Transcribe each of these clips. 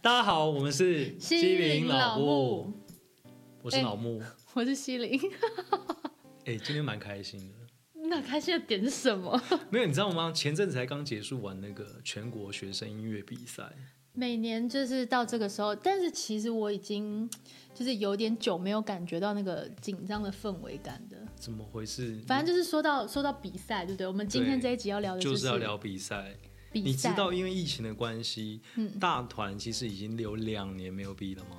大家好，我们是西林老老木，我是老木。我是西林。 哎、今天蛮开心的。那开心的点是什么？没有，你知道吗？前阵子才刚结束完那个全国学生音乐比赛，每年就是到这个时候，但是其实我已经就是有点久没有感觉到那个紧张的氛围感的。怎么回事？反正就是说到说到比赛，对不对？我们今天对这一集要聊的嗯就是是要聊比赛。比赛。嗯你知道，因为疫情的关系，大团其实已经有两年没有比了吗？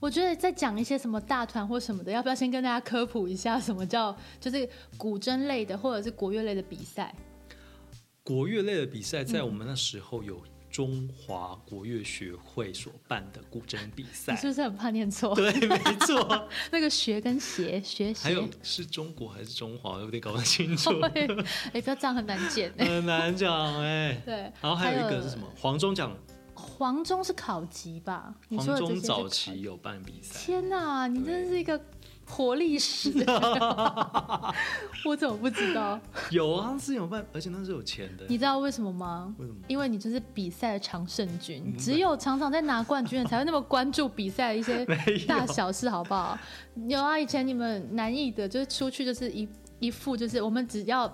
我觉得在讲一些什么大团或什么的，要不要先跟大家科普一下什么叫就是古筝类的或者是国乐类的比赛？国乐类的比赛在我们那时候有中华国乐学会所办的古筝比你赛，是不是很怕念错？对，没错。那个学跟鞋，学还有鞋。是中国还是中华，有点搞不 清楚， 哎、不要这样，很难剪哎、很难讲哎、对，然后还有一个是什么？黄忠奖，黄忠是考级吧？你黄说的这些忠是早考期有办比赛，天哪，你真是一个活历史！ 我怎么不知道？有啊，是有办，而且那是有钱的。你知道为什么吗？为什么？因为你就是比赛的常胜军，只有常常在拿冠军的才会那么关注比赛的一些 没有大小事，好不好？有啊，以前你们南艺的，就是出去就是一一副，就是我们只要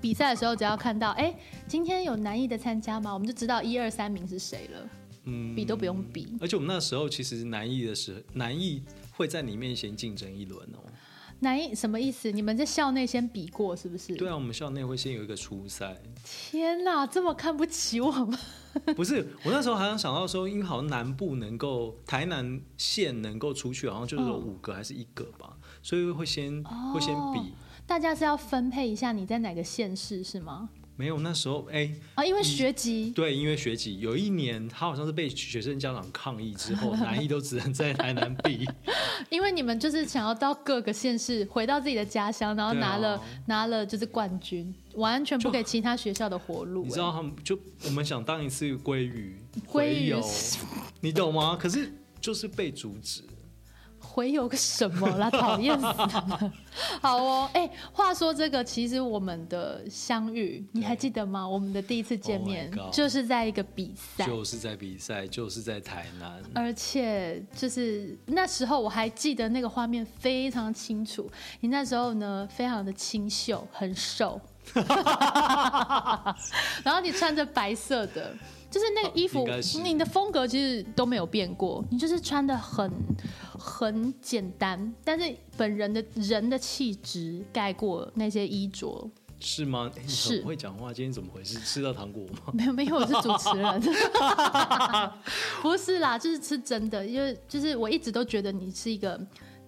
比赛的时候，只要看到哎、今天有南艺的参加吗？我们就知道一二三名是谁了，嗯比都不用比。而且我们那时候其实南艺的时候，南艺会在你面前竞争一轮哦。南艺什么意思？你们在校内先比过是不是？对啊，我们校内会先有一个初赛，天哪，这么看不起我吗？不是我那时候好像想到说，因为好像南部能够台南县能够出去，好像就是有嗯五个还是一个吧，所以会先会先比。 大家是要分配一下你在哪个县市是吗？没有那时候哎、啊，因为学籍对，因为学籍有一年，他好像是被学生家长抗议之后，南艺都只能在台南比。因为你们就是想要到各个县市，回到自己的家乡，然后对啊拿了、拿了就是冠军，完全不给其他学校的活路、你知哎道他们就我们想当一次鲑鱼，鲑回鱼游，你懂吗？可是就是被阻 止。回有个什么啦？讨厌死了！好 哦，哎、话说这个，其实我们的相遇，你还记得吗？我们的第一次见 Oh my 面、 God 就是在一个比赛，就是在比赛，就是在台南。而且就是那时候我还记得那个画面非常清楚，你那时候呢非常的清秀，很 瘦，然后你穿着白色的，就是那个衣服应该，是你的风格其实都没有变过，你就是穿的很很简单，但是本人的人的气质盖过那些衣着，是吗？哎你是很会讲话，今天怎么回事？吃到糖果 吗？没有没有，我是主持 人，不是啦，就是是真的，因为就是我一直都觉得你是一个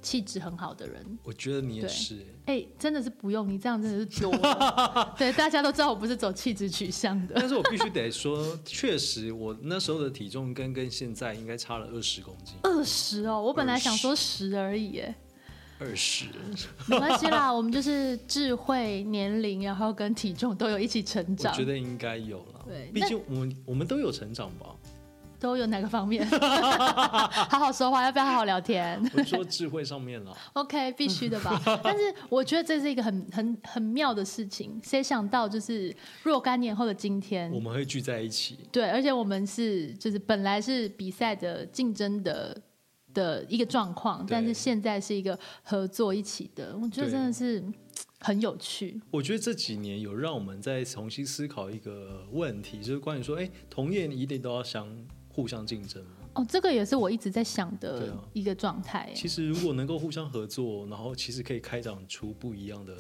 气质很好的人。我觉得你也对是、哎、真的是不用你这样，真的 是多了。对，大家都知道我不是走气质取向的。但是我必须得说，确实我那时候的体重跟跟现在应该差了二十公斤，二十哦，我本来想说十而已，哎，二十。没关系啦，我们就是智慧、年龄，然后跟体重都有一起成我长觉，得应该有了对，毕那竟我们我们都有成长吧。都有哪个方面？ 好好说话，要不要好好聊天？我说智慧上面啊了， OK，必须的吧？嗯 但是我觉得这是一个很很很妙的事情。谁想到就是若干年后的今天我，们会聚在一起。对，而且我们是就是本来是比赛的竞争的的一个状况，对但是现在是一个合作一起的，我觉得对真的是嘖很有趣。我觉得这几年有让我们再重新思考一个问题，就是关于说，哎，同业一定都要相互相竞争吗？哦，这个也是我一直在想对的啊一个状态、哎其实如果能够互相合作，然后其实可以开展出不一样的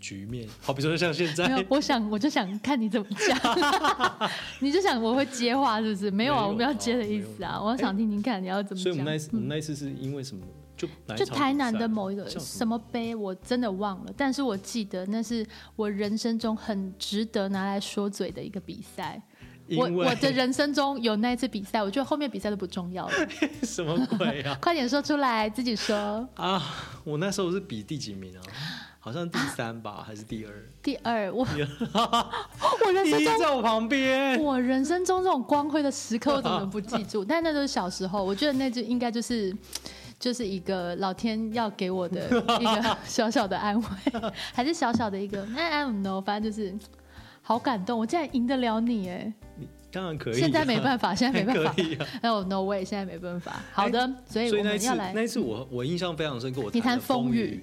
局面。好比说像现没有在，，我想我就想看你怎么讲， 你就想我会接话是不是？没有啊，没有我没有接的啊意没思有啊，啊我想听听看你要怎么 所以讲。嗯我们那一次我们那一次是因为什么？就哪一就场台南比赛的某一个叫什么杯，我真的忘了，但是我记得那是我人生中很值得拿来说嘴的一个比赛。因我为我的人生中有那一次比赛，我觉得后面比赛都不重要了。 什么鬼啊？快点说出来，自己说。啊，我那时候是比第几名啊？好像第三吧，还是 第二？第二，我 我人第生一中在我旁边。 我人生中这种光辉的时刻，我怎么能不记 住？但那都是小时候，我觉得那就应该就是。就是一个老天要给我的一 个小小的安慰，还是小小的一个，那 I don't know，反正就是好感动，我竟然赢得了你哎！当然可以啊、现在没办法，现在没办法可，以啊。哎哎呦 no way，现在没办法。好的，所以所以我那一们次要来嗯那一次我我印象非常深刻，我你弹弹了风风雨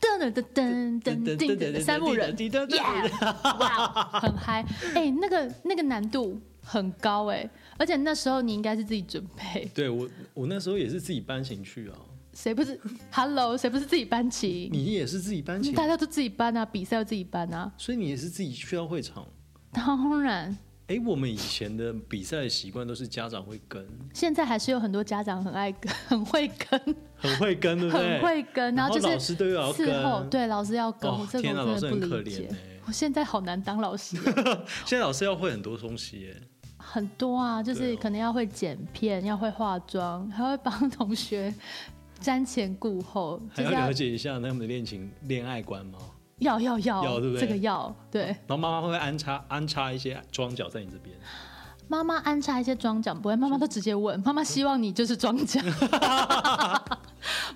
噔噔噔噔噔噔三木人，噔噔噔噔耶，哇，很嗨。哎，那个那个难度很高哎，而且那时候你应该是自己准备，对我我那时候也是自己搬琴去啊，谁不是 Hello，谁不是自己搬琴？你也是自己搬琴，大家都自己搬啊，比赛要自己搬啊，所以你也是自己去到会场。当然。哎、我们以前的比赛习惯都是家长会跟，现在还是有很多家长很爱跟， 很会跟，很会跟，对不对？很会跟，然后就老是师都要事后跟。对老师要跟，哦我这个天哪我真的老师不理很可解怜欸。我现在好难当老师，啊 现在老师要会很多东西耶，很多啊，就对是哦可能要会剪片，要会化妆，还会帮同学瞻前顾后，就还要是要了解一下他们的恋情、恋爱观吗？要要要，要对不对这个要对。然后妈妈会不会安插安插一些装脚在你这边？妈妈安插一些装脚，不会，妈妈都直接问，妈妈希望你就是装 脚，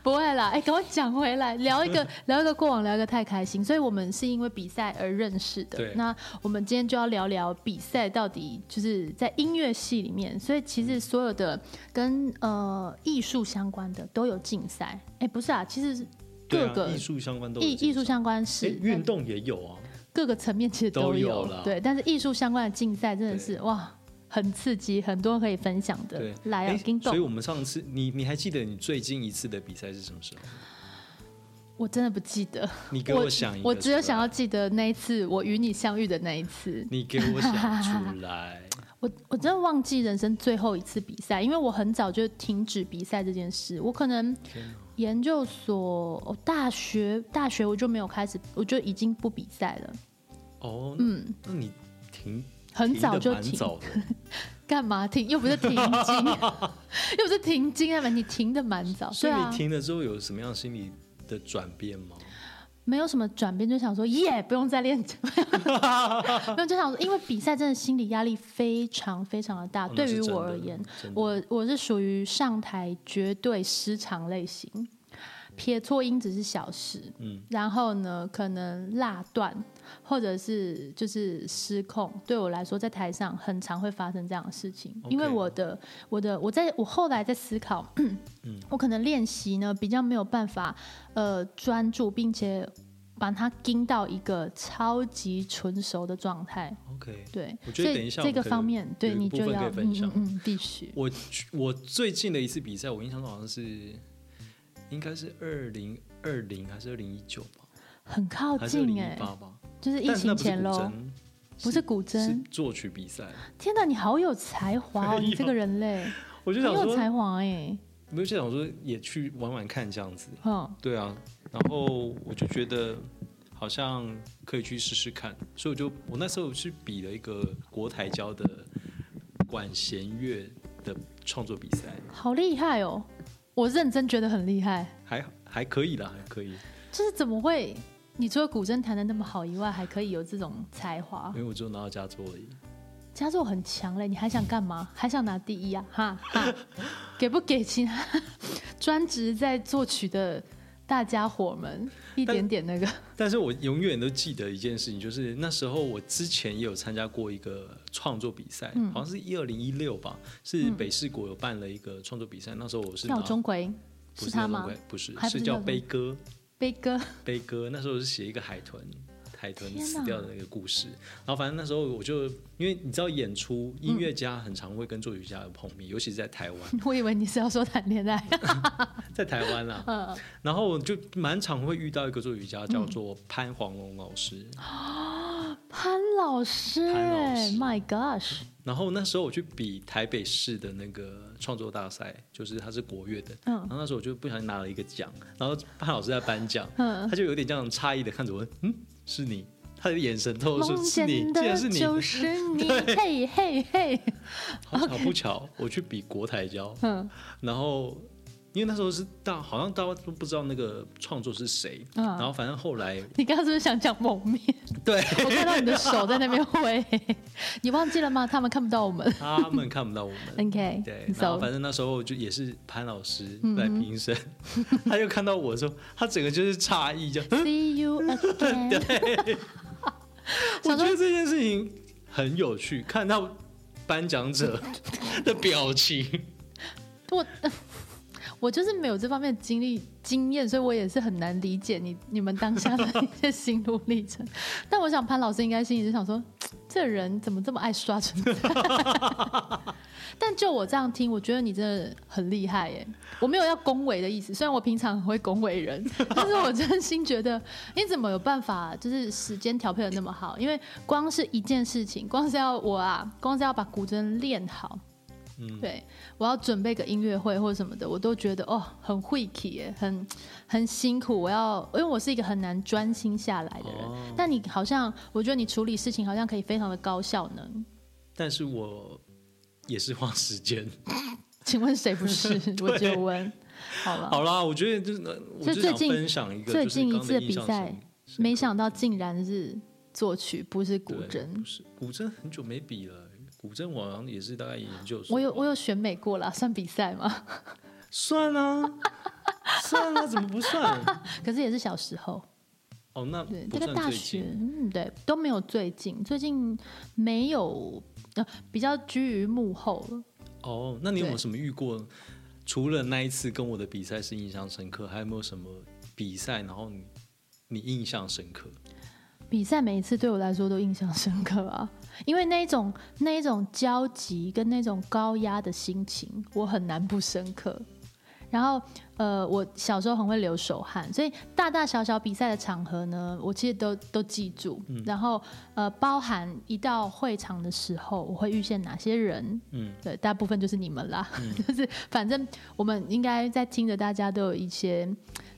不会啦。哎、赶快讲回来，聊一 个聊一个过往，聊一个太开心，所以我们是因为比赛而认识的对。那我们今天就要聊聊比赛到底就是在音乐系里面，所以其实所有的跟呃艺术相关的都有竞赛。哎、不是啊，其实对各啊，个艺术相关都有艺竞艺术赛相关哎是运动也有啊，各个层面其实都有有啦对，但是艺术相关的竞赛真的是对哇，很刺激，很多可以分享的对。，来啊哎，金豆所以，我们上次你你还记得你最近一次的比赛是什么时候？我真的不记得，你给我想一个我只有想要出来，记得那一次我与你相遇的那一次，你给我想出来。我我真的忘记人生最后一次比赛，因为我很早就停止比赛这件事，我可能天哪研究所、哦、大学大学我就没有开始，我就已经不比赛了， 哦，嗯，那你停很早就停得蛮停。早的，干嘛停？又不是停 经，又不是停经啊！你停的蛮早，所对以啊哦你，停了之后有什么样心理的转变吗？没有什么转变，就想说耶，不用再练， 没有就想说，因为比赛真的心理压力非常非常的大，哦那对是于真的我而言，真的我我是属于上台绝对失常类型，撇错音只是小事，嗯然后呢，可能落断或者是就是失控，对我来说，在台上很常会发生这样的事情， OK 因为我的我的我在我后来在思 考，嗯我可能练习呢比较没有办法呃专注，并且把它盯到一个超级纯熟的状态， OK，对，我所觉得以等一下我这们个可以方面有对一个你部就分可要以分嗯享嗯嗯必须。我我最近的一次比赛，我印象中好像是应该是二零二零还是二零一九吧，很靠还是二零近哎、一八吧？就是疫但是情那不是前古喽。筝，不是古是筝，作曲比赛。天哪，你好有才 华哦！没你有这个人类我就很想有才说，华哎，我就想说也去玩玩看这样子。嗯，对啊，然后我就觉得好像可以去试试看，所以我就我那时候是比了一个国台交的管弦乐的创作比赛，好厉害哦！我认真觉得很厉害，还还可以啦，还可以，就是怎么会？你除了古筝弹的那么好以外，还可以有这种才华因？为我只有拿到佳作而已。佳作很强嘞，你还想干嘛？还想拿第一啊？哈哈， 给不给其他 专职在作曲的大家伙们一点点那个？但是我永远都记得一件事情，就是那时候我之前也有参加过一个创作比赛，嗯好像是一二零一六吧，是北市国有办了一个创作比赛，那时候我是拿廖钟馗不是是他那种吗鬼？啊不是还不是是叫那种悲歌。悲歌， 悲歌，那时候是写一个海豚，海豚天死哪掉的那个故事。然后反正那时候我就，因为你知道演出，嗯音乐家很常会跟作曲家有碰面，尤其是在台湾， 我以为你是要说谈恋爱。在台湾啦。 嗯然后就蛮常会遇到一个作曲家叫做潘黄龙老师。潘老师潘老哎师，My gosh，然后那时候我去比台北市的那个创作大赛，就是他是国乐的，嗯然后那时候我就不小心拿了一个奖，然后潘老师在颁奖，嗯他就有点这样诧异的看着我，嗯，是你，他的眼神透露梦出是你见，竟然的是你，就是 你，嘿嘿嘿， 好巧不巧，我去比国台交，嗯然后因为那时候是大，好像大家都不知道那个创作是谁，嗯然后反正后来你刚刚是不是想讲蒙 面？对我看到你的手在那边挥，你忘记了吗？他们看不到我们。 他们看不到我们。 OK，对，然后 so 反正那时候就也是潘老师嗯来评审， 他就看到我说，他整个就是 诧异，这样。 see you again。我想觉说得这件事情很有趣，看到颁 奖者的表情。我我就是没有这方面的经历经验，所以我也是很难理解你你们当下的一些心路历程。但我想潘老师应该心里就想说，这人怎么这么爱刷存在？但就我这样听，我觉得你真的很厉害耶！我没有要恭维的意思，虽然我平常很会恭维 人，但是我真心觉得你怎么有办法就是时间调配的那么好？因为光是一件事情，光是要我啊，光是要把古筝练好，嗯对我要准备个音乐会或什么的，我都觉得哦，很晦气耶，很很辛苦。我要，因为我是一个很难专心下来的人，哦但你好像，我觉得你处理事情好像可以非常的高效能。但是我也是花时间。请问谁不 是？我就问，好了，好啦，我觉得就是呃我哦所以就最想近分享一个，最就是近一刚刚次的比印象赛深刻没想到竟然是作曲，不是古对筝不。是古筝很久没比了，古筝我好像也是大概研究所我有我有选美过啦，算比赛吗？算啊，算啊，怎么不算？ 可是也是小时候。哦，那对，不大概算大最学，近。嗯，对，都没有最近，最近没有，呃，比较居于幕后了。哦，那你有没有对什么遇过？除了那一次跟我的比赛是印象深刻，还有没有什么比赛，然后你你印象深刻？比赛每一次对我来说都印象深刻啊， 因为那一种那一种焦急跟那种高压的心情，我很难不深刻。然后，呃，我小时候很会流手汗，所以大大小小比赛的场合呢，我其实都都记住。然后，呃，包含一到会场的时候，我会遇见哪些人，嗯，对，大部分就是你们啦， 就是反正我们应该在听的，大家都有一些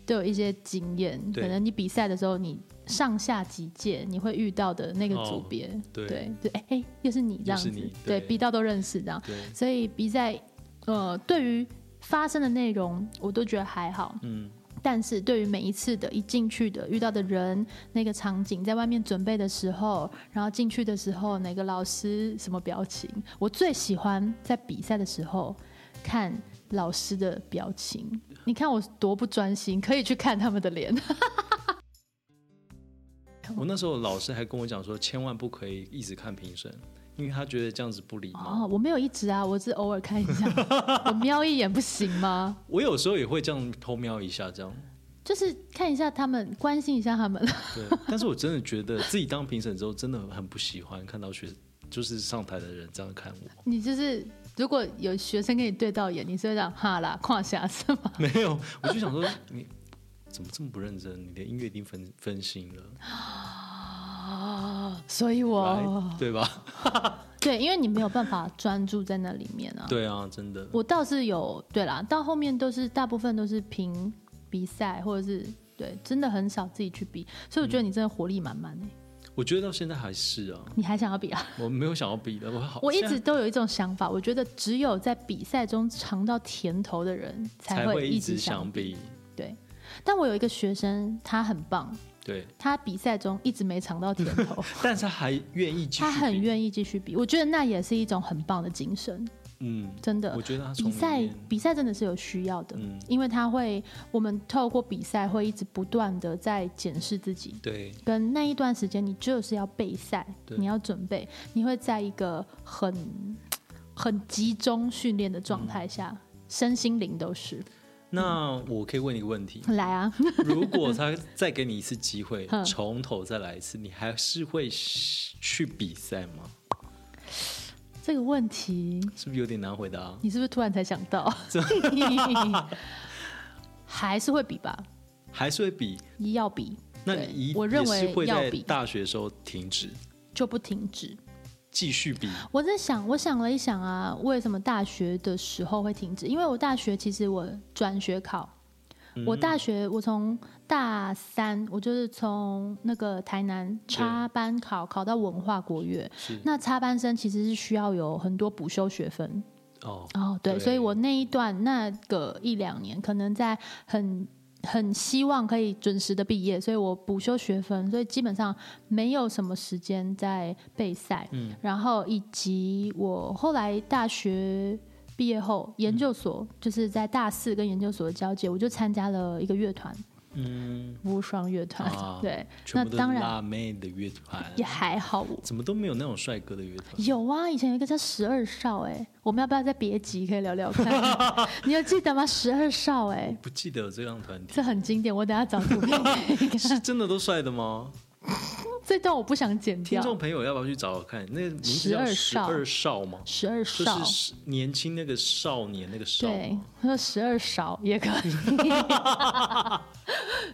都有一些经验，对可能你比赛的时候，你上下几届你会遇到的那个组别、哦对对，就哎哎，又是你这样子，又是你对，对比到都认识这样，对， 所以比赛呃，对于发生的内容我都觉得还好，嗯，但是对于每一次的一进去的遇到的人、那个场景，在外面准备的时候，然后进去的时候哪个老师什么表情，我最喜欢在比赛的时候看老师的表情。你看我多不专心，可以去看他们的脸。我那时候老师还跟我讲说，千万不可以一直看评审，因为他觉得这样子不礼貌。哦，我没有一直啊，我只偶尔看一下，我瞄一眼不行吗？ 我有时候也会这样偷瞄一下，这样。就是看一下他们，关心一下他们。对，但是我真的觉得自己当评审之后，真的很不喜欢看到学就是上台的人这样看我。 你就是如果有学生跟你对到眼，你是会讲哈啦胯下是吗？没有，我就想说你怎么这么不认真？你的音乐已经分分心了， 所以我来对吧？ 对，因为你没有办法专注在那里面啊。对啊，真的。我倒是有，对啦，到后面都是大部分都是凭比赛或者是对，真的很少自己去比，所以我觉得你真的活力满满哎，我觉得到现在还是啊，你还想要比啊？我没有想要比的，我好，我一现直在都有一种想法，我觉得只有在比赛中尝到甜头的人才才会会一直直想想。比。对，但我有一个学生，他很棒，对，他比赛中一直没尝到甜 头，但是他还愿意继他续比，很愿意继续比，我觉得那也是一种很棒的精神，嗯，真的我。觉得他啊从比里赛面比赛真的是有需要的，嗯因为它会，我们透过比赛会一直不断的在检视自己，对跟那一段时间你就是要备赛，对你要准备，你会在一个很很集中训练的状态下，嗯身心灵都是。那我可以问你一个 问题：来啊，如果他再给你一次机会嗯，从头再来一次，你还是会去比赛吗？这个问题是不是有点难回答？啊你是不是突然才想到？ 还是会比吧，还是会比？要比。那对你一我认为也是会要在比大学的时候停止，就不停止。继续比？我在想，我想了一想啊，为什么大学的时候会停止？因为我大学其实我转学考，我大学我从大三，我就是从那个台南插班考考到文化国乐。是那插班生其实是需要有很多补修学分哦，哦，对，对所以我那一段那个一两年，可能在很很希望可以准时的毕业，所以我补修学分，所以基本上没有什么时间在备赛。嗯然后以及我后来大学嗯毕业后，研究所、就是在大四跟研究所的交界，我就参加了一个乐团。嗯，无双乐团，啊对，全那部都当是然辣妹的乐团，也还好。我怎么都没有那种帅哥的乐团？有啊，以前有一个叫十二少、哎，我们要不要再别集可以聊聊 看？你有记得吗？十二少、哎，不记得有这样团体，这很经典，我等一下找图片给你 看。是真的都帅的吗？这段我不想剪听掉。众朋友要不要去找找看？那个名字叫十十二二少吗？十二就少是，十年轻那个少年那个少。对，他说十二少也可以。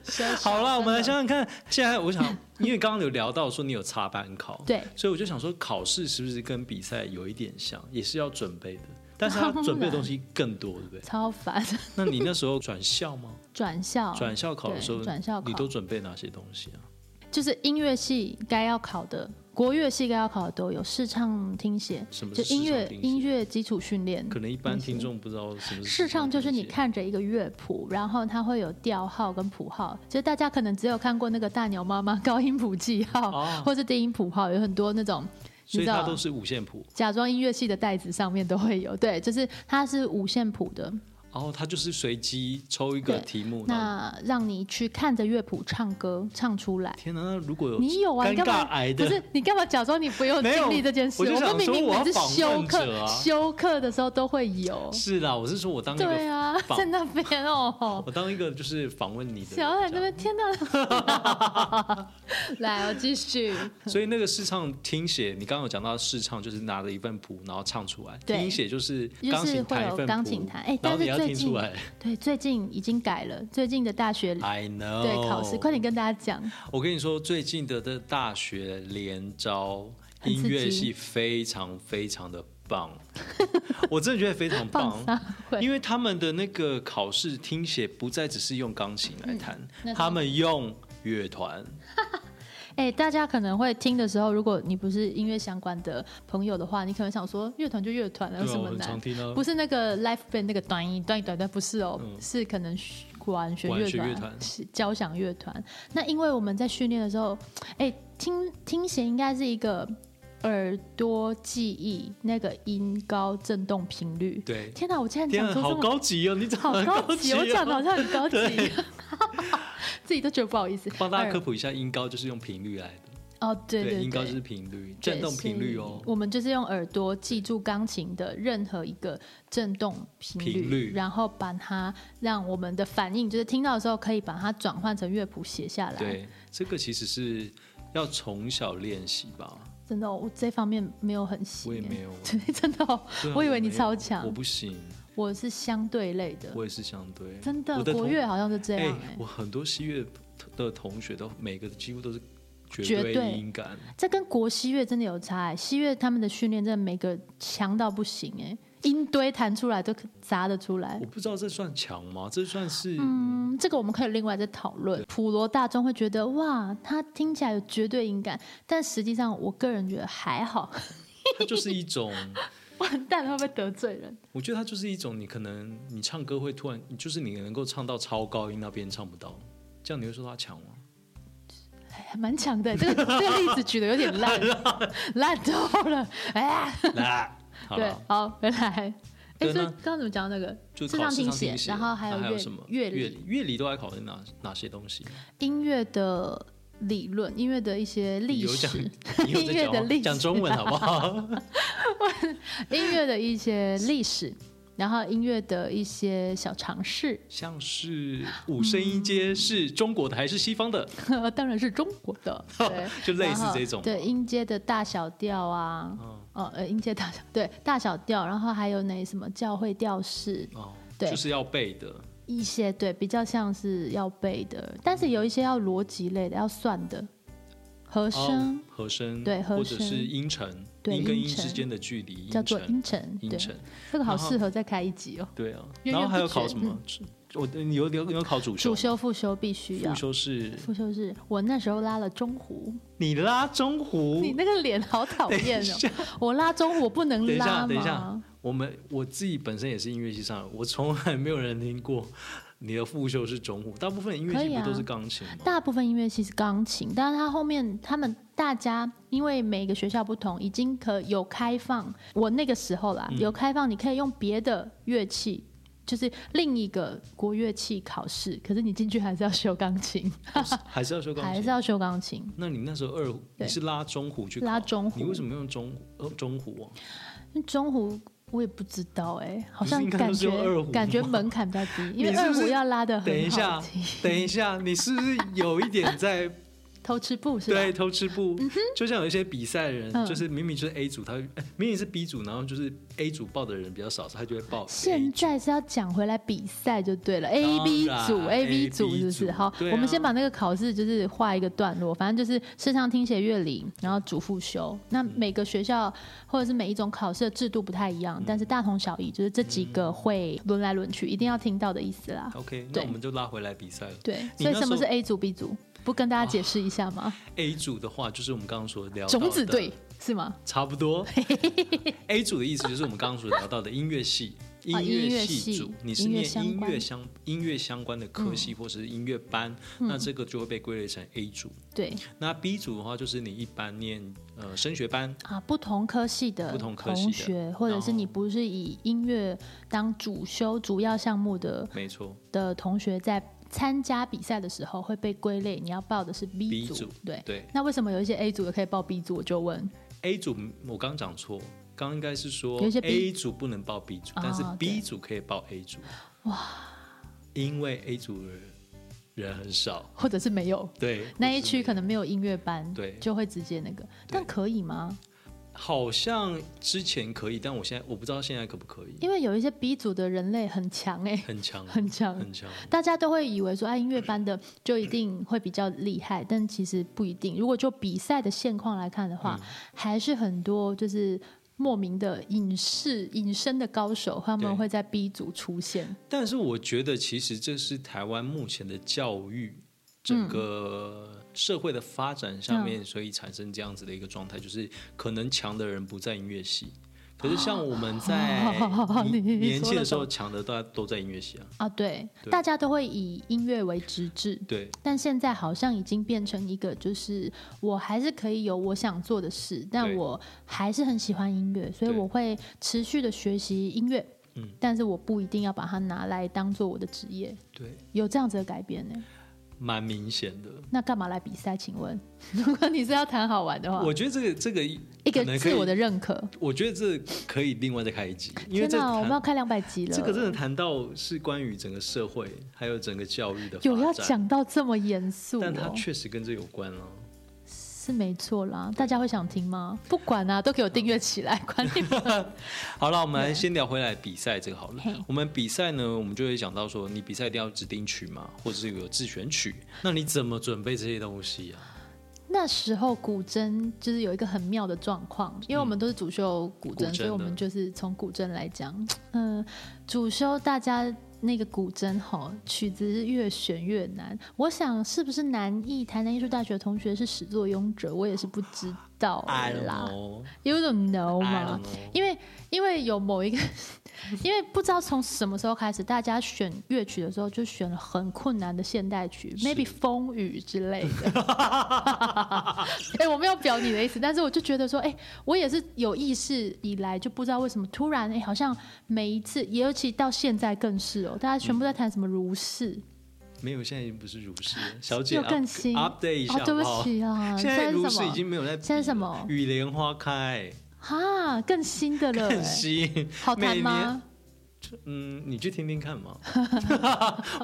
12少 好了，我们来真的想想看，现在我想，因为刚刚有聊到说你有插班考，对所以我就想说，考试是不是跟比赛有一点像，也是要准备的，但是他当然准备的东西更多，对不对？ 超烦，那你那时候转校吗？转校转校考的时候，哦对转校考你都准备哪些东西啊？就是音乐系该要考的，国乐系该要考的都有，视唱听写，什么就是音乐视唱听写音乐基础训练。可能一般听众不知道什么是视唱就是你听写看着一个乐谱，然后它会有调号跟谱号。其实大家可能只有看过那个大鸟妈妈高音谱记号，哦 或是低音谱号，有很多那种你所以知道它都是五线谱，假装音乐系的袋子上面都会有。对，就是它是五线谱的，然后它就是随机抽一个对题目。然后那让你去看着乐谱唱歌，唱出来。天哪，那如果有你有啊？尴你干尬嘛？癌不的，是你干嘛假装你不用没有经历这件事？我就想们明说明我要每次访休问者课、啊休课的时候都会有。是啦，我是说我当一个对啊，访在那边哦。我当一个就是访问你的人小海这那样边，天哪！ 来，我继续。所以那个试唱听写，你刚刚有讲到试唱就是拿着一份谱，然后唱出来；对听写就是就是钢琴会弹有一份钢谱琴弹哎然但后是你要最听近出来。对，最近已经改了，最近的大学 I know，对考试，快点跟大家讲。我跟你说，最近的的大学联招很音刺激乐系非常非常的 棒，我真的觉得非常棒。会因为他们的那个考试听写不再只是用钢琴来弹，嗯那他们用乐团，哎、大家可能会听的时候，如果你不是音乐相关的朋友的话，你可能想说乐团就乐团了，有对啊什我么很难常？听到不是那个 l i f e band 那个短音短音短短，不是哦，嗯是可能管弦乐管弦乐团团、是交响乐团。那因为我们在训练的时候，哎、听听写应该是一个耳朵记忆那个音高振动频率。对。天哪，我竟然天讲啊，出这好么高级哦！你怎好么高级，哦我讲的好像很高级 对， 自己都觉得不好意思。帮大家耳科普一下，音高就是用频率来的，哦，对对，音高就是频率，振动频率哦对是。我们就是用耳朵记住钢琴的任何一个振动频率，频率然后把它让我们的反应，就是听到的时候可以把它转换成乐谱写下来。，对，这个其实是要从小练习吧，真的哦、我这方面没有很行。我也哎没有啊。 对，真的、哦，对啊我以为你没有超强我不行，我是相对类的，我也是相对。真我的的国同乐好像是这哎、样、哎我很多西乐的同学都每个几乎都是绝绝对音感，这跟国西乐真的有差、哎西乐他们的训练真的每个强到不行、哎，音堆弹出来都可砸得出来我。不知道这算强吗？这算是、嗯，这个我们可以另外再讨论。普罗大众会觉得哇，他听起来有绝对音感，但实际上我个人觉得还好。 它就是一种，完蛋了，会不会得罪人？我觉得它就是一种，你可能你唱歌会突然，就是你能够唱到超高音那边唱不到，这样你会说它强吗？ 哎还蛮强的，这个这个例子举的有点 烂，烂透了。哎呀，来，啊好对了，，好，回来。哎，对所以那刚刚怎么讲到那个？就视考唱试听上写听写，啊然后还还有乐什么乐理乐理乐理都在考虑哪哪些东西？音乐的理论，音乐的一些历有讲史，你有在 音乐的讲历吗史讲中文好不好？音乐的一些历史，然后音乐的一些小尝试。像是五声音阶是中国的还是西方的？ 当然是中国的，对， 就类似然后这种对音阶的大小调啊，嗯哦呃音阶大小 对大小调，然后还有那什么教会调式，哦，对就是要背的。一些对比较像是要背的，但是有一些要逻辑类的要算的，和声、哦、和声，对和或者是声音程，对音跟音音程之间的距离，音叫做程，音程，音对，程，这个好然后适合再开一集哦，对啊。源然后源还不有考绝什么？我你有你有你有考主修主吗，修啊副修必须要副。修是副修是我那时候拉了中胡，你拉中胡你。那个脸好讨哦等一厌下哦！我拉中胡我不能等一下拉吗？等一下我们我自己本身也是音乐系上的，我从来没有人听过你的副修是中胡，大部分的音乐可系以不都啊是钢琴吗？大部分音乐系是钢琴，但是它后面他们大家因为每个学校不同，已嗯经可有开放。我那个时候啦，有开放，你可以用别的乐器就是另一个国乐器考试，可是你进去还是要修钢琴，还是要修钢还琴是。要修钢琴。那你那时候二胡，对你是拉中胡去考拉中胡你为什么用中呃中胡啊？嗯中胡我也不知道哎、好不是像应该感都是用二胡觉吗感觉门槛比较低，因为你是二不是胡要拉的等很一好下听，等一下，你是不是有一 点在偷吃步是吧？对，偷吃步，就像有一些比赛人，嗯就是明明就是 A 组，他会哎明明是 B 组，然后就是 A 组报的人比较少，所以他就会报 A 现在是要讲回来比赛就对了，A 当 B 然组 A A B B 组是不组是？好，对啊我们先把那个考试就是画一个段落，反正就是视唱听写乐理，然后主副嗯修。那每个学校或者是每一种考试的制度不太一样，嗯但是大同小异，就是这几个会轮来轮去，一定要听到的意思啦。 OK，那对我们就拉回来比赛了。对，嗯你所以那什么时是候 A 组 B 组？不跟大家解释一下吗？ A 组的话，就是我们刚刚所聊到种子的队是吗？差不 多。A 组的意思就是我们刚刚所聊到的音乐系，啊音乐乐系系嗯组，你是音乐念相音乐关相音乐相关的科系或者是音乐班，嗯那这个就会被归类成 A 组。对那 B 组的话，就是你一般念呃升学班，啊，不同科系的不同科系的嗯同学，或者然是后你不是以音乐当主修主要项目的没错。的同学在参加比赛的时候会被归类，你要报的是 B B 组，组对。对那为什么有一些 A 组的可以报 B 组？我就问， A 组，我刚讲错，刚刚应该是说有一些 B- A 组不能报 B 组，哦但是对 B 组可以报 A 组。哇！因为 A 组的人很少，或者是没有对那一区可能能没有音乐班，对就会直接那个，但可以吗？好像之前可以，但我现在我不知道现在可不可以，因为有一些 B 组的人类很强哎、很强，很强，很强。大家都会以为说，哎，音乐班的就一定会比较厉害，但其实不一定。如果就比赛的现况来看的话，嗯还是很多就是莫名的隐士、隐身的高手，他对们会在 B 组出现。但是我觉得，其实这是台湾目前的教育整嗯个社会的发展上面，所以产生这样子的一个状态，就是可能强的人不在音乐系。可是像我们在 你年年轻的时说候，得强的大家都在音乐系啊，啊，对，对大家都会以音乐为直至，对，但现在好像已经变成一个，就是我还是可以有我想做的事，但对我还是很喜欢音乐，所以对我会持续的学习音乐。嗯但是我不一定要把它拿来当做我的职业，对，有这样子的改变呢？蛮明显的。那干嘛来比赛？请问， 如果你是要谈好玩的话我，觉得这个这个一个可能可以自我的认可。我觉得这可以另外再开一集，因为天这哪，我们要谈开两百集了，这个真的谈到是关于整个社会还有整个教育的有要发展，讲到这么严肃、但它哦，确实跟这有关啊了、是没错啦。大家会想听吗？不管啊，都给我订阅起来，管 你们。好了，我们来先聊回来比赛这个好了嘿。我们比赛呢，我们就会讲到说，你比赛一定要指定曲嘛，或者是有自选曲，那你怎么准备这些东西啊？那时候古筝就是有一个很妙的状况，因为我们都是主修古嗯古筝筝，的所以我们就是从古筝来讲，嗯、主修大家那个古筝吼曲子是越选越难。我想是不是南艺台南艺术大学的同学是始作俑者，我也是不知道 I don't 啦 know, ，You don't know I 嘛 don't？know。因为因为有某一个， 因为不知道从什么时候开始，大家选乐曲的时候就选了很困难的现代曲，maybe 风雨之类的。 哎、我没有表你的意思，但是我就觉得说，哎、我也是有意识以来就不知道为什么突然，哎、好像每一次，尤其到现在更是哦，大家全部在谈什么如是，没有，现在已经不是如是了，小姐又更 up- 新 update 一下哦，对不好好。起啊，嗯现在如是什是已么？经没有在比了，现在什么雨莲花开，哈，更新的了、更哎新，好谈每年吗？嗯，你去听听 看嘛。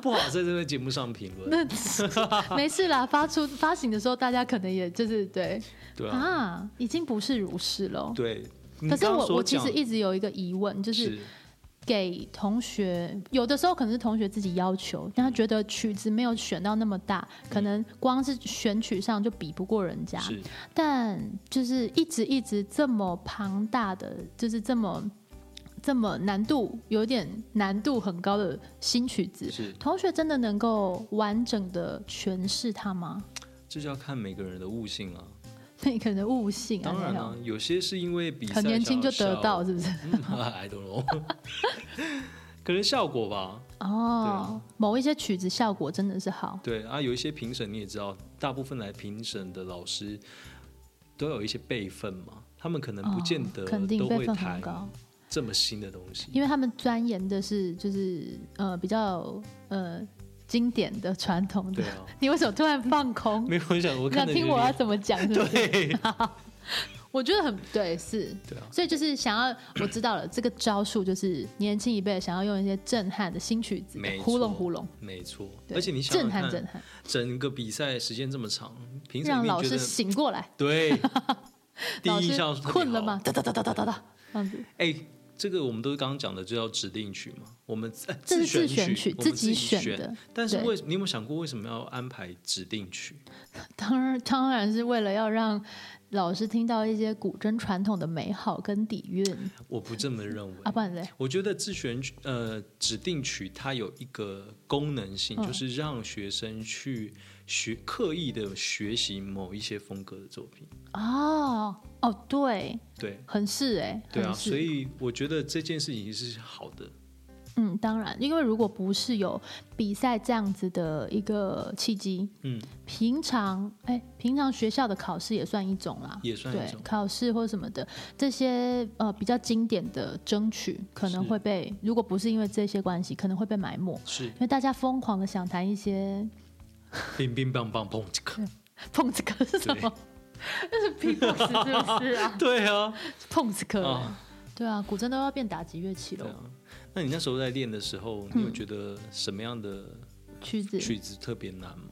不好在这个节目上评论，那没事啦，发出发行的时候，大家可能也就是对对啊，啊，已经不是如是了。对。你可是刚刚我所我其讲实一直有一个疑问，就是是给同学有的时候可能是同学自己要求，嗯但他觉得曲子没有选到那么大，可能光是选曲上就比不过人家。是但就是一直一直这么庞大的，就是这么这么难度有点难度很高的新曲子，是，同学真的能够完整的诠释它吗？ 这就要看每个人的悟性了。每个人的悟性啊，当然那了、种有些是因为比赛很年轻就想要得到，效是不是？ 嗯，I don't know，可 能效果吧。哦，某一些曲子效果真的是好，对啊，有一些评审你也知道，大部分来评审的老师都有一些辈分嘛，他们可能不见得哦肯定都辈会分很弹高。这么新的东西。因为他们钻研的是就是呃比较呃经典的传统的对。啊， 你为什么突然放空？没有我想我你想看着听你我要 怎么讲？是不是对 我觉得很对，是。对啊，所以就是想要，我知道了，这个招数就是年轻一辈想要用一些震撼的新曲子没，错糊弄糊弄。没错。对而且你想想震撼看，震撼，整个比赛时间这么长，评审让一老定觉师得醒过来。对 第老一印师象是特别困了好吗？？哒哒哒哒哒哒哒，这样子。哎，这个我们都是刚刚讲的，就叫指定曲嘛。我们呃这是自自选曲，我们己选选。的。但是对为你有没有想过，为什么要安排指定曲？当然，当然是为了要让老师听到一些古筝传统的美好跟底蕴我不这么认为。啊，不然嘞，我觉得自选曲呃指定曲它有一个功能性，嗯就是让学生去学刻意的学习某一些风格的作品。哦哦，对，对很是哎、对啊，很是所以我觉得这件事情是好的。嗯，当然，因为如果不是有比赛这样子的一个契机，嗯，平常哎，平常学校的考试也算一种啦，也算一对种，考试或什么的这些呃比较经典的争取，可能是会被如果不是因为这些关系，可能会被埋没，是因为大家疯狂的想谈一些冰冰棒棒砰这个。碰瓷科是什么？ 那是 P box 是不是啊？ 对啊，碰瓷科、啊对啊，古筝都要变打击乐器对了，啊。那你那时候在练的时候，你有觉得什么样的曲子曲子特别难吗？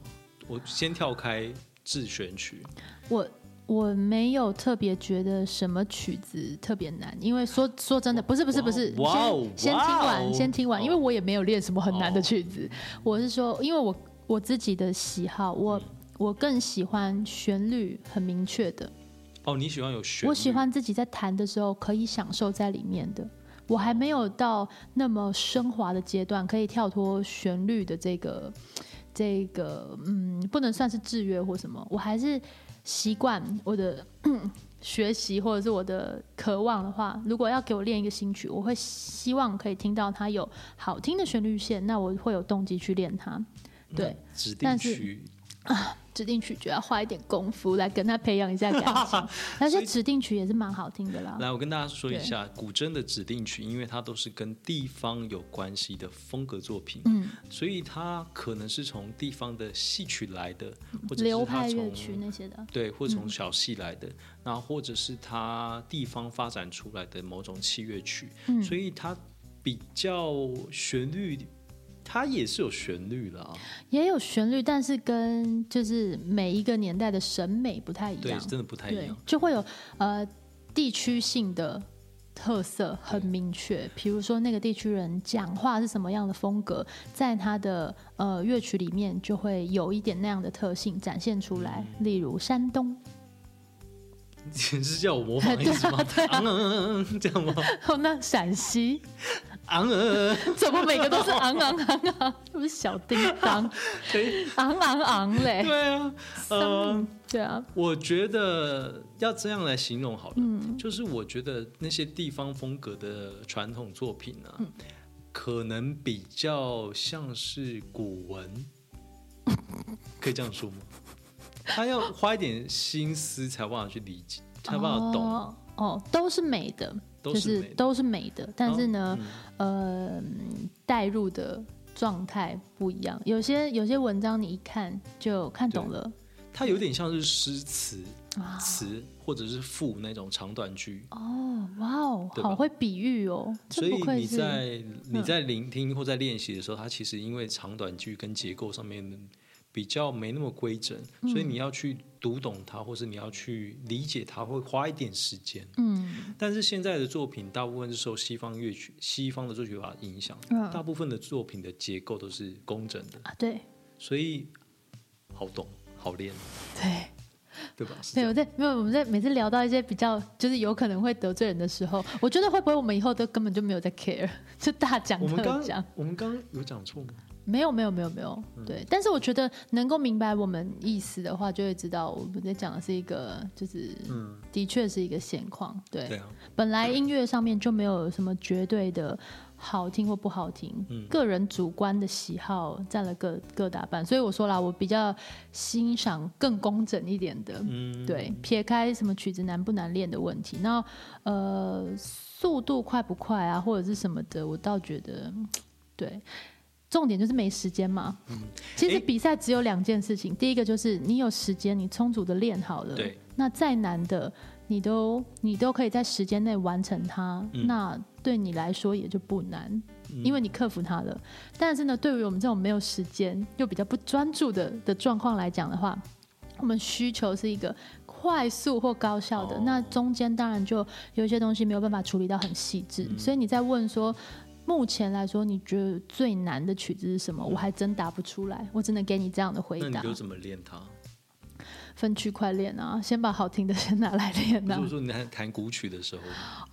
我先跳开自选曲，我我没有特别觉得什么曲子特别难，因为说说真的，不是不是不是，哇哦先先哇哦听哇哦哦完先听完，因为我也没有练什么很难的曲子，我是说，因为我我自己的喜好，嗯我我更喜欢旋律很明确的，哦，你喜欢有旋律？我喜欢自己在弹的时候可以享受在里面的。我还没有到那么升华的阶段，可以跳脱旋律的这个这个嗯，不能算是制约或什么。我还是习惯我的 学习或者是我的渴望的话，如果要给我练一个新曲，我会希望可以听到它有好听的旋律线，那我会有动机去练它。对，指定但是曲，指定曲就要花一点功夫来跟他培养一下感情，而且指定曲也是蛮好听的啦。来，我跟大家说一下，古筝的指定曲，因为它都是跟地方有关系的风格作品，嗯，所以它可能是从地方的戏曲来的，或者流是它派乐曲从那些的，对，或嗯者从小戏来的，那、或者是它地方发展出来的某种器乐曲，嗯所以它比较旋律，它也是有旋律啦，也有旋律，但是跟就是每一个年代的审美不太一对，样，真的不太一对样。，就会有呃地区性的特色很明确，比如说那个地区人讲话是什么样的风格，在他的呃乐曲里面就会有一点那样的特性展现出来，例如山东， 你 是叫我模仿的意 思吗？昂 嗯嗯嗯，这样吗？哦，那陕西。昂嗯嗯， 怎么每个都是昂昂昂昂？ 不是小叮当， 对昂昂昂嘞！对啊，呃，对啊，我觉得要这样来形容好了，嗯就是我觉得那些地方风格的传统作品啊，嗯可能比较像是古文， 可以这样说吗？他要花一点心思才有办法去理解，才有办法懂，哦哦，都是美的，都就是是美的都是美的，但是呢，嗯呃，带入的状态不一样。有些有些文章你一看就看懂了它有点像是诗词、啊，词或者是赋那种长短句。哦，哇哦，对吧好会比喻哦，所这以不愧你是嗯在你在聆听或在练习的时候，它其实因为长短句跟结构上面比较没那么规整，所以嗯你要去读懂它，或是你要去理解它，会花一点时间。嗯但是现在的作品大部分是受西方乐曲、西方的作曲法影响，嗯大部分的作品的结构都是工整的，啊，对所以好懂、好练，对。对吧？是这对，我样在没有我们在每次聊到一些比较就是有可能会得罪人的时候，我觉得会不会我们以后都根本就没有在 care，就大讲我们特刚讲？我们刚有讲错吗？没有没有没有没有，嗯对。但是我觉得能够明白我们意思的话，就会知道我们在讲的是一个就是嗯，的确是一个现况。对，对啊，本来音乐上面就没有什么绝对的好听或不好听，嗯个人主观的喜好占了各各大半。所以我说啦，我比较欣赏更工整一点的，嗯，对，撇开什么曲子难不难练的问题，那呃速度快不快啊，或者是什么的，我倒觉得嗯对。重点就是没时间嘛。其实嗯诶比赛只有两件事情，第一个就是你有时间，你充足的练好了。对。那再难的，你都你都可以在时间内完成它，嗯那对你来说也就不难，因为你克服它了。但是呢，对于我们这种没有时间又比较不专注的的状况来讲的话，我们需求是一个快速或高效的，哦那中间当然就有一些东西没有办法处理到很细致，嗯所以你在问说。目前来说，你觉得最难的曲子是什么？我还真答不出来，我只能给你这样的回嗯那你答。就怎么练它？分区块练啊，先把好听的先拿来练不是啊我。说你弹弹古曲的时候，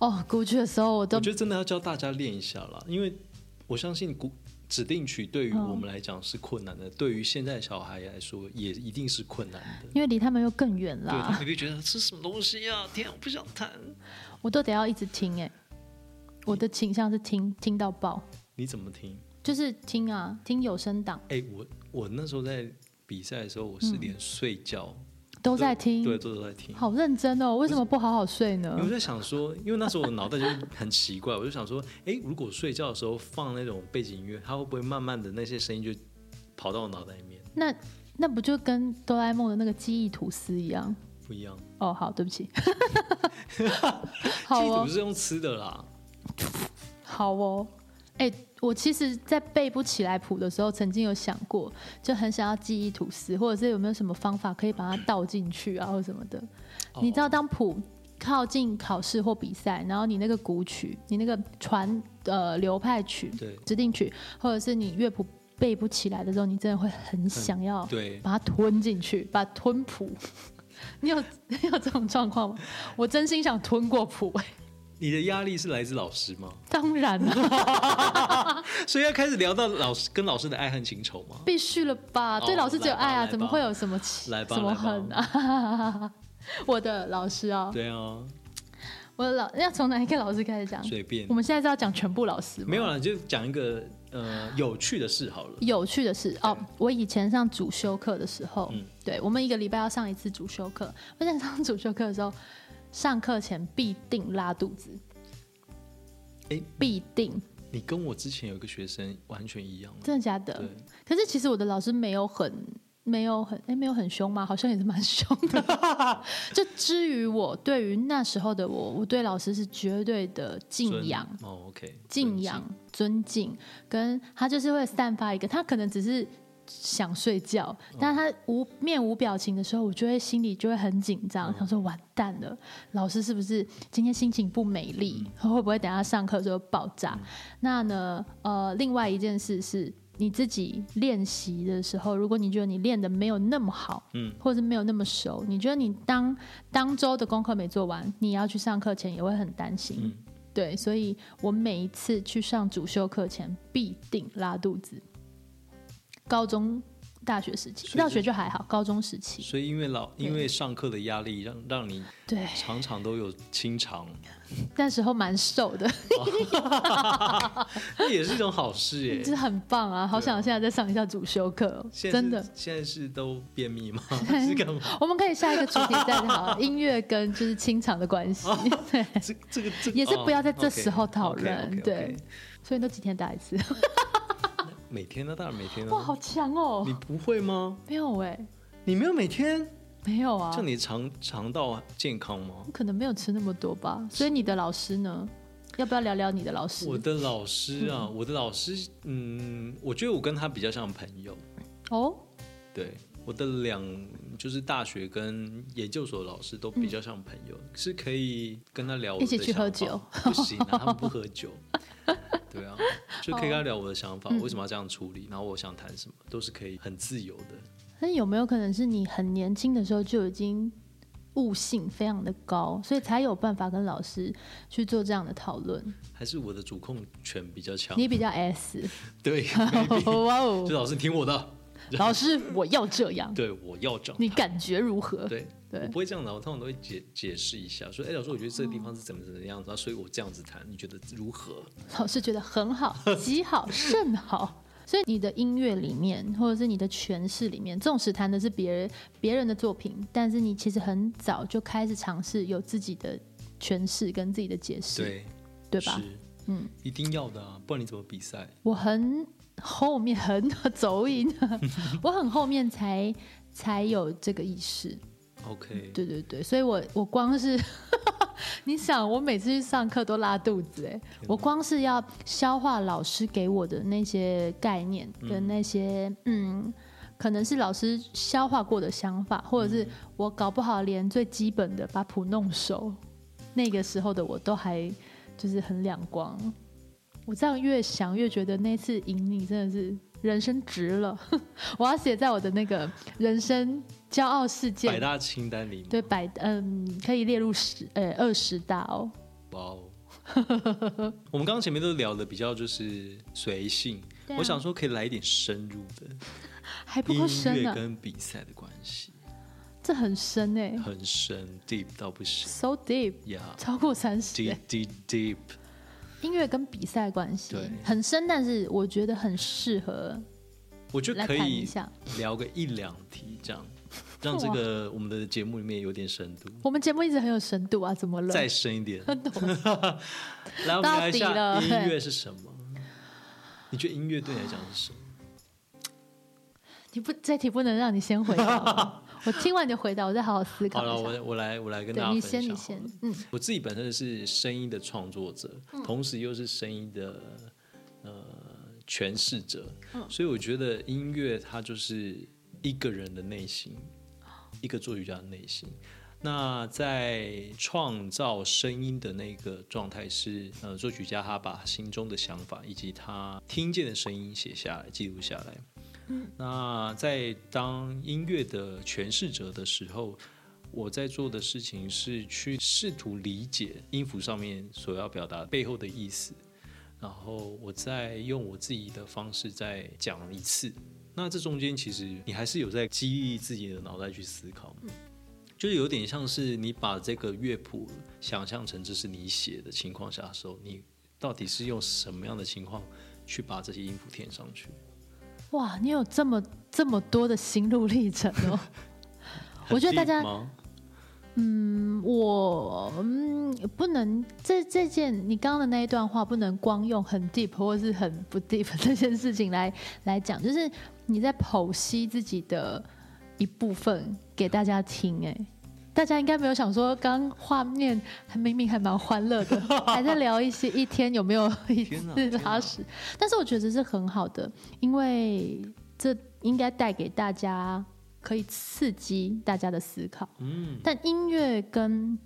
哦，古曲的时候我都我觉得真的要教大家练一下啦，因为我相信古指定曲对于嗯我们来讲是困难的，对于现在小孩来说也一定是困难的。因为离他们又更远对，他啦，们会觉得这是什么东西啊？天啊，我不想弹。我都得要一直听哎、我的倾向是听听到爆，你怎么听？就是听啊，听有声档哎、我我那时候在比赛的时候，我是连睡觉、嗯都都在听，对，都都在听。好认真哦，为什么不好好睡呢因为？我在想说，因为那时候我脑袋就很奇怪，我就想说，哎、如果睡觉的时候放那种背景音乐，它会不会慢慢的那些声音就跑到我脑袋里面？那那不就跟哆啦 A 梦的那个记忆吐司一样？不一样，哦，好，对不 起，好记忆哦不，是用吃的啦。好哦。哎、我其实，在背不起来谱的时候，曾经有想过，就很想要记忆吐司，或者是有没有什么方法可以把它倒进去啊，或什么的。你哦知道，当谱靠近考试或比赛，然后你那个古曲，你那个传呃流派曲、对指定曲，或者是你乐谱背不起来的时候，你真的会很想要对，把它吞进去，把它吞谱。 你有你有这种状况吗？我真心想吞过谱、 哎你的压力是来自老师吗？当然了，所以要开始聊到老师跟老师的爱恨情仇吗？必须了吧？哦对老师只有爱啊，来吧怎么会有什么气来吧什么恨啊？ 我的老师啊，对 啊，我的老要从哪一个老师开始讲？随便我。们现在是要讲全部老师吗？没有了，你就讲一个呃有趣的事好了。有趣的是哦，我以前上主修课的时候，嗯对我们一个礼拜要上一次主修课。我想上主修课的时候，上课前必定拉肚子，诶必定，你跟我之前有一个学生完全一样啊，真的假的对？，可是其实我的老师没有很没有很哎、没有很凶吗？好像也是蛮凶的。就至于我对于那时候的我，我对老师是绝对的敬尊仰。哦，OK，敬仰、尊敬，跟他就是会散发一个，他可能只是想睡觉，但他无面无表情的时候，我就会心里就会很紧张，想说完蛋了，老师是不是今天心情不美丽？会不会等一下上课就爆炸？那呢，呃，另外一件事是。你自己练习的时候，如果你觉得你练的没有那么好，嗯或者是没有那么熟，你觉得你当当周的功课没做完，你要去上课前也会很担心。嗯对，所以我每一次去上主修课前必定拉肚子。高中、大学时期，所以大就学就还好，高中时期，所以因为老因为上课的压力，让让你对，常常都有清肠，那时候蛮瘦 的，那也是一种好事耶 就。是很棒啊！好想现在再上一下主修课哦，现在是真的。现在是都便 秘吗？是干嘛？我们可以下一个主题再 聊音乐跟就是清场的关系，对，这这个这个也是不要在哦这时候 OK，讨论 OK，OK，OK 对所以都几天打一次，每天呢，当然每天哇，呢。好强哦你！不会吗？没有哎、你没有每天，没有啊这，样你肠肠道健康吗？可能没有吃那么多吧。所以你的老师呢？要不要聊聊你的老师？我的老师啊，我的老师，嗯，我觉得我跟他比较像朋友。哦，对，我的两就是大学跟研究所的老师都比较像朋友，是可以跟他聊我嗯的一起去喝想法酒，不行、啊，他们不 喝酒。对啊，就可以跟他聊我的想哦法，为什么要这样处理，然后我想谈什么，都是可以很自由的。那有没有可能是你很年轻的时候就已经悟性非常的高，所以才有办法跟老师去做这样的讨论？还是我的主控权比较强，你比较 S，对，maybe 哇就哦，老师听我的，老师我要这样，对我要这样，你感觉如何？对，我对不会这样的，我通常都会解解释一下，说，哎、老师，我觉得这个地方是怎么怎么样子，啊，所以我这样子弹，你觉得如何？老师觉得很 好，极好，甚好。所以你的音乐里面，或者是你的诠释里面，纵使弹的是别人别人的作品，但是你其实很早就开始尝试有自己的诠释跟自己的解释，对，对吧？是，嗯，一定要的啊，不然你怎么比赛？我很后面 很走音， 我很后面才才有这个意识。 OK，嗯对对对，所以我我光是 你想，我每次去上课都拉肚子哎，我光是要消化老师给我的那些概念跟那些嗯。可能是老师消化过的想法，或者嗯是我搞不好连最基本的把谱弄熟，那个时候的我都还就是很两光。我这样越想越觉得那次赢你真的是人生值了， 我要写在我的那个人生骄傲事件百大清单里面，对，百嗯可以列入十呃二十大哦。哇哦！ 我们刚刚前面都聊的比较就是随性，对啊我想说可以来一点深入的还不够音深啊乐呢、跟比赛的关系，这很深哎、很深，deep 到 不行 s o deep，呀、超过三十、 yeah,，deep 欸。 deep deep，音乐跟比赛关系对很深，但是我觉得很适合我觉得来可谈一以下。聊个一两题这样，让这 个我们的节目里面有点深度，我们节目一直很有深度啊，怎么了？ 再深一点。来，我们聊一下到底音了乐是什么？你觉得音乐对你来讲是什么？你不这题不能让你先回答 吧，我听完你的回答，我再好好思考好一下。了，我我来我来跟对大家你分先，你享好了先。，嗯，我自己本身是声音的创作者，同时又是声音的呃诠释者，所以我觉得音乐它就是一个人的内心，一个作曲家的内心。那在创造声音的那个状态是，呃，作曲家他把心中的想法以及他听见的声音写下来、记录下来。那在当音乐的诠释者的时候，我在做的事情是去试图理解音符上面所要表达背后的意思，然后我再用我自己的方式再讲一次。那这中间其实你还是有在激励自己的脑袋去思考，就是有点像是你把这个乐谱想象成这是你写的情况下的时候，你到底是用什么样的情况去把这些音符填上去？哇，你有这么这么多的心路历程哦。我觉得大家很 deep 吗我嗯不能这这件你刚刚的那一段话不能光用很 deep 或是很不 deep 这件事情来来讲，就是你在剖析自己的一部分给大家听、哎，大家应该没有想说刚画面还明明还蛮欢乐 的，还在聊一些一天有没有一天哪次天拉哪屎，但是我觉得是很好的，因为这应该带给大家可以刺激大家的思考。 嗯，但音乐跟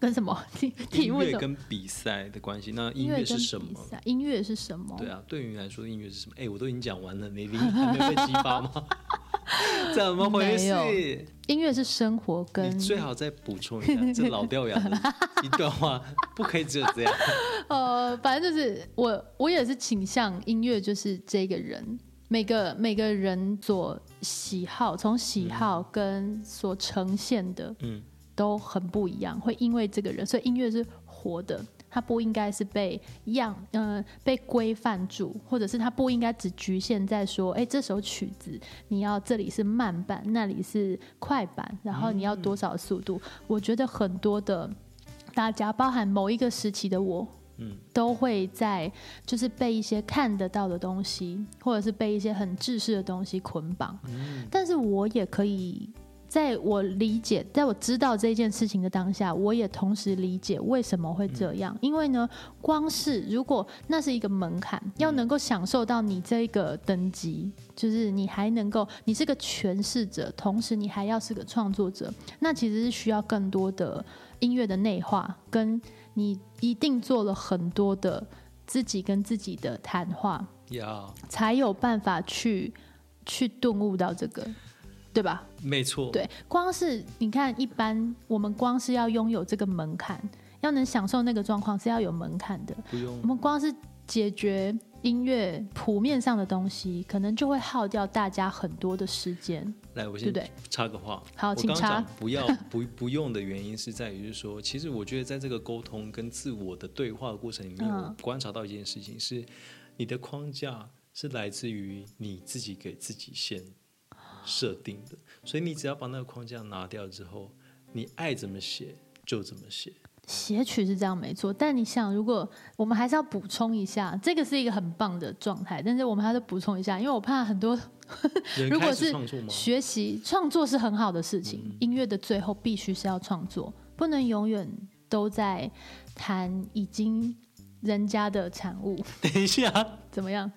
跟什么 题题音目是乐什么？跟比赛的关系，那音乐跟是什比么？赛？音乐是什么？对啊，对于你来说，音乐是什么？哎、我都已经讲完了，你你还没被激发吗？ 怎么回事？音乐是生活跟你最好再补充一 下，这老掉牙的一段话，不可以只有这样。 呃，反正就是我我也是倾向音乐，就是这个人每个每个人所喜好，从喜好跟所呈现的嗯，都很不一样，会因为这个人，所以音乐是活的。它不应该是被样，嗯、被规范住，或者是它不应该只局限在说，哎、这首曲子你要这里是慢版，那里是快板，然后你要多少速度？我觉得很多的大家，包含某一个时期的我，嗯，都会在就是被一些看得到的东西，或者是被一些很制式的东西捆绑。但是我也可以，在我理解，在我知道这件事情的当下，我也同时理解为什么会这样。因为呢，光是如果那是一个门槛，要能够享受到你这个等级，就是你还能够，你是个诠释者，同时你还要是个创作者，那其实是需要更多的音乐的内化，跟你一定做了很多的自己跟自己的谈话，呀、才有办法去去顿悟到这个，对吧？没错，对，光是你看，一般我们光是要拥有这个门槛，要能享受那个状况是要有门槛的。不用我们光是解决音乐谱面上的东西，可能就会耗掉大家很多的时间。来，我对先不对插个话。好我请刚刚讲插 不要不不用的原因是在于，就是说，其实我觉得在这个沟通跟自我的对话的过程里面，嗯我观察到一件事情是，你的框架是来自于你自己给自己先设定的，所以你只要把那个框架拿掉之后，你爱怎么写就怎么写。写曲是这样没错，但你想，如果我们还是要补充一下，这个是一个很棒的状态，但是我们还是补充一下，因为我怕很多有人如果开始是创作吗？学习创作是很好的事情，嗯音乐的最后必须是要创作，不能永远都在谈已经人家的产物， 等一下，怎么样？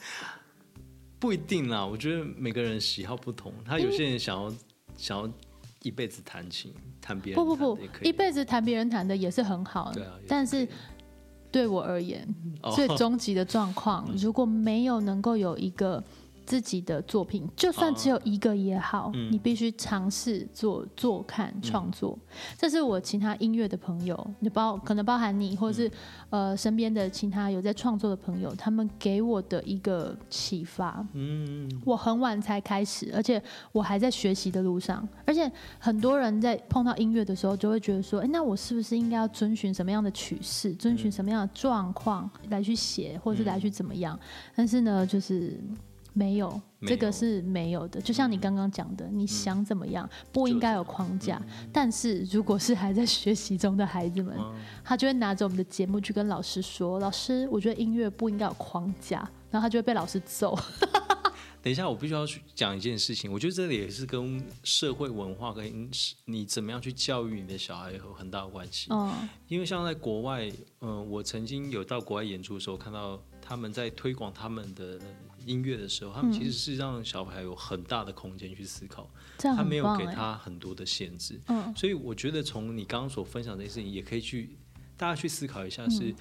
不一定啦，我觉得每个人喜好不同，他有些人想要、想要一辈子弹琴，弹别不人不不弹的也，可以一辈子谈别人谈的也是很好，对啊，也但是可以对我而言，哦嗯最终极的状况，如果没有能够有一个自己的作品，就算只有一个也好，嗯你必须尝试做做看创作。这是我其他音乐的朋友，你包可能包含你，或是、嗯呃身边的其他有在创作的朋友，他们给我的一个启发。嗯，我很晚才开始，而且我还在学习的路上。而且很多人在碰到音乐的时候，就会觉得说：“哎，那我是不是应该要遵循什么样的曲式，遵循什么样的状况来去写，或是来去怎么样？”但是呢，就是没有，没有这个是没有的。就像你刚刚讲的，你想怎么样，不应该有框架。但是如果是还在学习中的孩子们，他就会拿着我们的节目去跟老师说：“老师，我觉得音乐不应该有框架。”然后他就会被老师揍。等一下，我必须要去讲一件事情，我觉得这里也是跟社会文化跟你怎么样去教育你的小孩有很大的关系。嗯。因为像在国外，嗯、我曾经有到国外演出的时候，看到他们在推广他们的音乐的时候，他们其实是让小孩有很大的空间去思考，这样他很没有棒给哎他很多的限制。嗯所以我觉得从你刚刚所分享的这些事情，也可以去大家去思考一下是，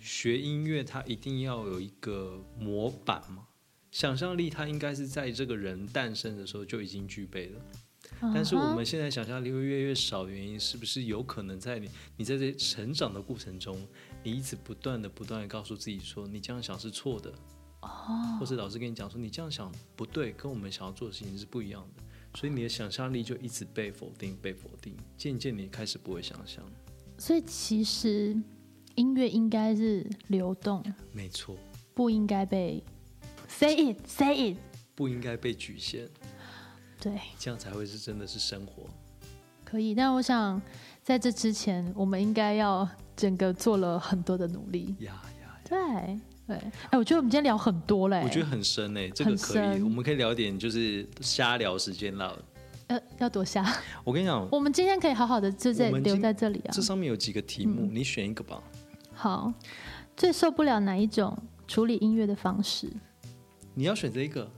学音乐它一定要有一个模板嘛？想象力它应该是在这个人诞生的时候就已经具备了，但啊是嗯我们现在想象力会越来越少，原因是不是有可能在你你在这成长的过程中，你一直不断的不断的告诉自己说你这样想是错的，哦或是老师跟你讲说你这样想不对，跟我们想要做的事情是不一样的，所以你的想象力就一直被否定，被否定，渐渐你开始不会想象。所以其实音乐应该是流动，没错，不应该被 say it say it。不应该被局限，对，这样才会是真的是生活。可以。但我想在这之前，我们应该要整个做了很多的努力。呀呀，对对，哎、我觉得我们今天聊很多嘞、我觉得很深诶、这个很可以，深我们可以聊点就是瞎聊时间啦。呃要多下。 我跟你讲，我们今天可以好好的就在我们今留在这里嗯啊这。上面有几个题目，你选一个吧。好，最受不了哪一种处理音乐的方式？你要选这一个，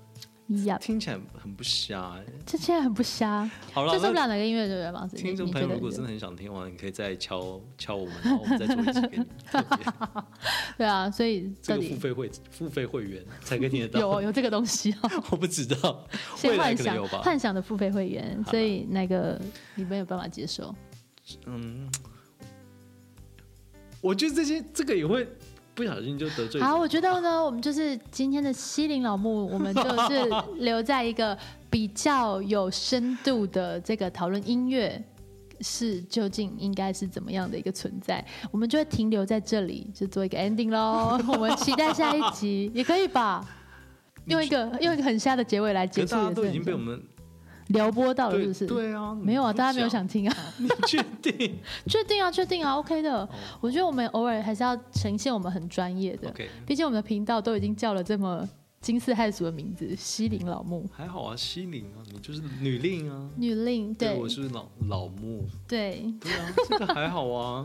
呀、听起来很不瞎诶、这现在很不瞎。好了最，受不那了哪个音乐人吗？你听众你朋觉得友如果你觉真得的很想听完，你可以 再敲敲我们，然后我们再做一集给你。特别对啊，所以这 这个付里费会付费会员才可以听得到，有有这个东西哦。 我不知道，未先来幻可能想有吧。幻想的付费会员，所以那个你没有办法接受。嗯，我觉得这些这个也会不小心就得罪人。好，我觉得呢，我们就是今天的西林老木，我们就是留在一个比较有深度的这个讨论音乐。是究竟应该是怎么样的一个存在，我们就会停留在这里，就做一个 ending 喽。我们期待下一集，也可以吧？用一个用一个很瞎的结尾来可结是束大也是家很都重要，已经被我们撩拨到了，是对不是？对啊，没有啊，你不大家没有讲，想听啊，你 确定 确定啊，确定啊，OK 的。我觉得我们偶尔还是要呈现我们很专业的， ？OK，毕竟我们的频道都已经叫了这么惊世骇俗的名字——西林老木、还好啊，西宁啊，你就是女令啊，女令，对我是老老木，对，对啊，这个还好啊。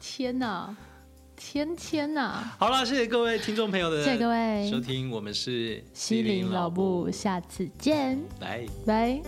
天哪，天天哪！好啦，谢谢各位听众朋友的谢谢各位收听，我们是西林老木，木，下次见，来。拜。